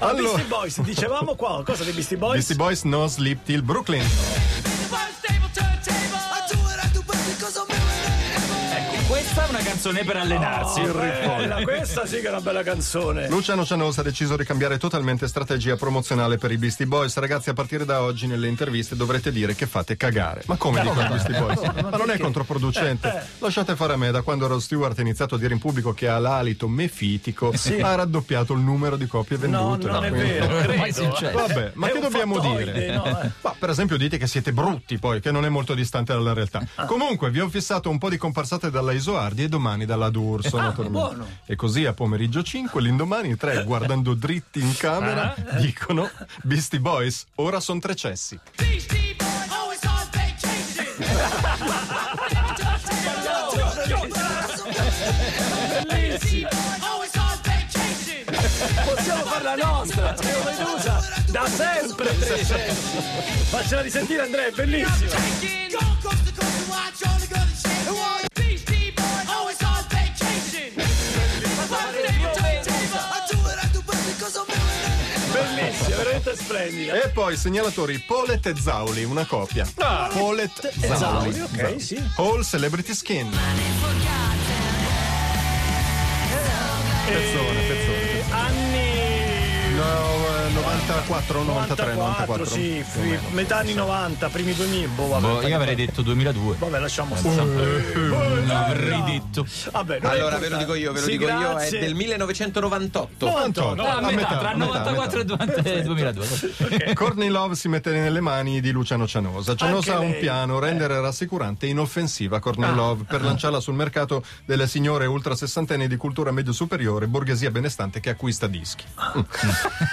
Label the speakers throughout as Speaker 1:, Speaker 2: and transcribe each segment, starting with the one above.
Speaker 1: Allora, Beastie Boys, dicevamo qua, cosa dei Beastie Boys?
Speaker 2: Beastie Boys No Sleep Till Brooklyn.
Speaker 3: Ecco, questa è una canzone per allenarsi.
Speaker 2: il
Speaker 1: Ah, Bella, questa sì che è una bella canzone.
Speaker 2: Luciano Cianosa ha deciso di cambiare totalmente strategia promozionale per i Beastie Boys. Ragazzi, a partire da oggi nelle interviste dovrete dire che fate cagare. Ma
Speaker 1: Eh,
Speaker 2: come dicono i Beastie Boys? Ma non è controproducente. Lasciate fare a me, da quando Rod Stewart ha iniziato a dire in pubblico che ha l'alito mefitico, ha raddoppiato il numero di copie
Speaker 1: No,
Speaker 2: vendute.
Speaker 1: non è
Speaker 2: Quindi-
Speaker 1: vero,
Speaker 4: Mai
Speaker 1: credo.
Speaker 4: successo.
Speaker 2: Vabbè, ma
Speaker 1: Eh, È
Speaker 2: che
Speaker 1: un
Speaker 2: dobbiamo
Speaker 1: fattoide,
Speaker 2: dire?
Speaker 1: no, eh.
Speaker 2: Ma, per esempio dite che siete brutti poi, che non è molto distante dalla realtà.
Speaker 1: Ah.
Speaker 2: Comunque vi ho fissato un po' di comparsate dalla Isoardi e domani dalla D'Urso. naturalmente.
Speaker 1: Ah, buono.
Speaker 2: E così a pomeriggio 5, l'indomani i tre, guardando dritti in camera,
Speaker 1: Ah.
Speaker 2: dicono Beastie Boys, ora sono tre cessi.
Speaker 1: Possiamo farla nostra, ce l'ho venuta da sempre. Faccela risentire Andrea, è bellissima. Bellissima, veramente splendida.
Speaker 2: E poi segnalatori Polet e Zauli, una coppia. Polet e Zauli.
Speaker 1: Ah. Zauli, ok, sì.
Speaker 2: All Celebrity Skin. Pezzone, pezzone.
Speaker 1: Anni
Speaker 2: No, eh, 94, 93, 94.
Speaker 1: sì, fi- metà anni 90, primi 2000. Boh, vabbè,
Speaker 4: Boh, io avrei detto 2002.
Speaker 1: Vabbè, lasciamo stare.
Speaker 4: L'avrei detto.
Speaker 1: Vabbè, non è
Speaker 5: Allora, ve lo dico io, ve lo
Speaker 1: Sì,
Speaker 5: dico io, è
Speaker 1: grazie.
Speaker 5: del 1998.
Speaker 2: 98,
Speaker 4: Ah,
Speaker 2: a
Speaker 4: metà,
Speaker 2: metà,
Speaker 4: tra
Speaker 2: metà, Eh,
Speaker 4: 94 e 2002.
Speaker 2: Courtney Love si mette nelle mani di Luciano Cianosa. Cianosa ha
Speaker 1: Anche
Speaker 2: un
Speaker 1: lei. Eh. Ah.
Speaker 2: piano rendere rassicurante e inoffensiva Courtney Love per lanciarla sul mercato delle signore ultra sessantenni di cultura medio superiore, borghesia benestante che acquista dischi.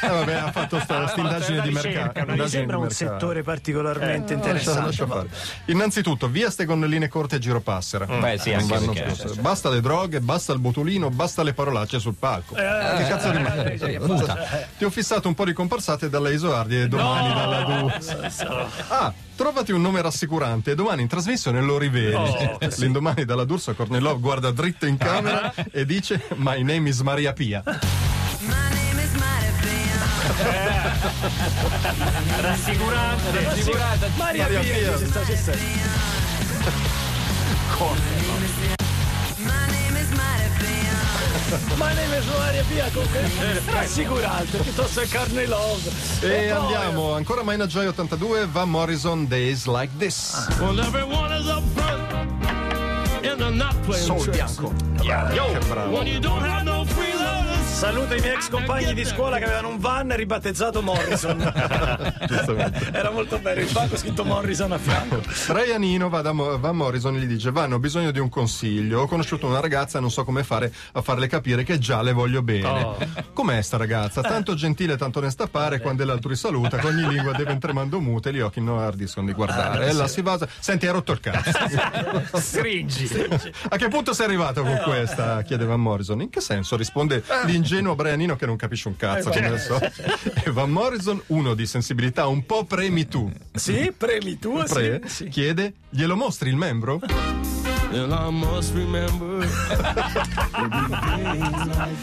Speaker 2: Eh, vabbè, ha fatto
Speaker 1: Ah,
Speaker 2: sta sta indagine di
Speaker 1: ricerca,
Speaker 2: mercato.
Speaker 1: ma Mi
Speaker 2: indagine
Speaker 1: sembra
Speaker 2: di
Speaker 1: un
Speaker 2: mercato. Eh,
Speaker 1: settore particolarmente
Speaker 2: Lascia-
Speaker 1: interessante.
Speaker 2: lascia fare. Innanzitutto, via ste gonnelline corte Eh, e giro passera.
Speaker 4: Mm. Beh, sì,
Speaker 2: Non
Speaker 4: anche
Speaker 2: vanno
Speaker 4: perché- certo.
Speaker 2: scorse. Basta le droghe, basta il botulino, basta le parolacce sul palco. che cazzo rimane?
Speaker 4: eh,
Speaker 2: Ti ho fissato un po' di comparsate dalla Isoardi e domani dalla D'Urso. Ah, trovati un nome rassicurante e domani in trasmissione lo rivedi. L'indomani dalla D'Urso Cornelov guarda dritto in camera e dice My name is Maria Pia.
Speaker 4: Rassicurante.
Speaker 1: Maria
Speaker 2: Maria
Speaker 1: Pia,
Speaker 2: Pia.
Speaker 1: ci sta, ci sta. Ma ne messo Maria Pia con rassicurante, piuttosto è carne love.
Speaker 2: Eh, E
Speaker 1: poi-
Speaker 2: andiamo, ancora Mina Joy 82, va Morrison Days Like This.
Speaker 6: Well, everyone is up front and they're not playing
Speaker 2: Soul
Speaker 6: tricks.
Speaker 2: bianco. Che bravo.
Speaker 6: When you don't have no freeloaders,
Speaker 1: Saluto i miei ex compagni di scuola che avevano un van ribattezzato Morrison.
Speaker 2: Giustamente.
Speaker 1: Era molto bello, il banco scritto Morrison a fianco.
Speaker 2: Raianino va da Mo- Van Morrison e gli dice: Vanno, ho bisogno di un consiglio. Ho conosciuto una ragazza e non so come fare a farle capire che già le voglio bene. Com'è sta ragazza? Tanto gentile, tanto onesta pare, quando è l'altro saluta, con ogni lingua deve in tremando mute, gli occhi non ardiscono di guardare. e la si basa. Senti, hai rotto il cazzo. a che punto sei arrivato con questa? chiede Van Morrison. In che senso? risponde l'ingenuo Brianino che non capisce un cazzo, come al solito. E Van Morrison, uno di sensibilità un po' premi tu.
Speaker 1: Sì, premi tu,
Speaker 2: Pre,
Speaker 1: sì. sì.
Speaker 2: chiede, glielo mostri il membro?
Speaker 6: and I must remember.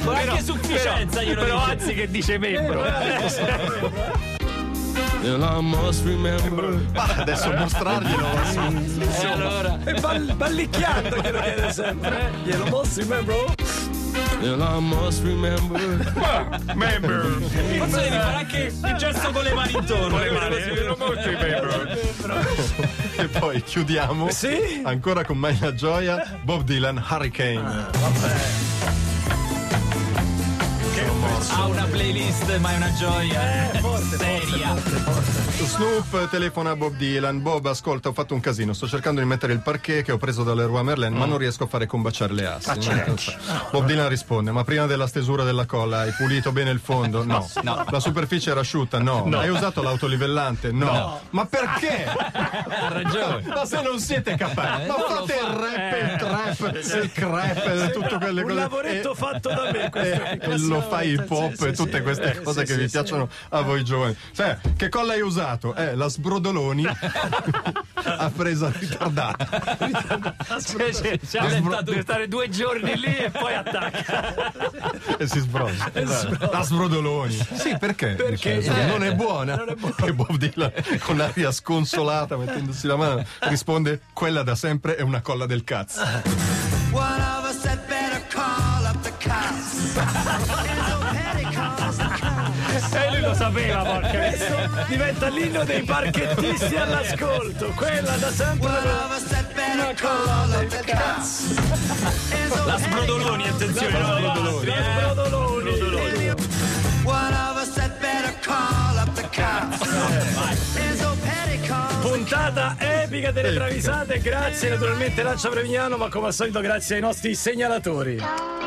Speaker 4: Ma anche sufficienza glielo Però anzi che dice membro.
Speaker 6: And I must remember.
Speaker 2: Ah, Adesso mostrarglielo.
Speaker 4: E allora.
Speaker 1: E ball- ballicchiando glielo chiede sempre. eh. Glielo mostri me, bro?
Speaker 6: And I must remember.
Speaker 4: Forse devi fare anche il gesto con le mani intorno. le mani. eh,
Speaker 2: e poi chiudiamo.
Speaker 1: Sì.
Speaker 2: Ancora con Maina Gioia, Bob Dylan, Hurricane.
Speaker 4: Ha una playlist, ma è una gioia. eh. Seria.
Speaker 2: Snoop telefona a Bob Dylan. Bob, ascolta, ho fatto un casino. Sto cercando di mettere il parquet che ho preso dalle Rua Merlin, ma non riesco a fare combaciare le assi. Bob Dylan risponde: Ma prima della stesura della colla hai pulito bene il fondo? No. La superficie era asciutta? No. Hai usato l'autolivellante? No. Ma perché?
Speaker 4: Ha ragione.
Speaker 2: Ma se non siete capaci, ma fate il rap, il trap, il crap, tutto quelle
Speaker 1: Un
Speaker 2: cose.
Speaker 4: eh.
Speaker 1: lavoretto fatto da me.
Speaker 2: E,
Speaker 1: questo.
Speaker 2: e- e lo fai pop e tutte queste cose che vi piacciono a voi giovani. Cioè, che colla hai usato? Eh, la Sbrodoloni ha presa ritardata.
Speaker 4: Cioè, cioè, ci
Speaker 2: Sbro-
Speaker 4: ha tentato di stare due giorni lì e poi attacca.
Speaker 2: e si sbroda. La Sbrodoloni. Sì, perché? Dice,
Speaker 4: Eh,
Speaker 2: non è buona. E Bob Dylan, con l'aria sconsolata, mettendosi la mano, risponde: Quella da sempre è una colla del cazzo.
Speaker 7: One of us had better call up the cops.
Speaker 4: Eh. E lui lo sapeva, porca
Speaker 1: Questo diventa l'inno dei parchettisti all'ascolto. Quella da sempre.
Speaker 7: One of us had better call up the cops.
Speaker 3: La Sbrodoloni, attenzione. no,
Speaker 1: Sbrodoloni. La Sbrodoloni.
Speaker 7: One of us had better call up the cops. There's no petticoats.
Speaker 1: Puntata epica delle travisate, grazie naturalmente Lancia Prevignano, ma come al solito grazie ai nostri segnalatori.
Speaker 8: Don't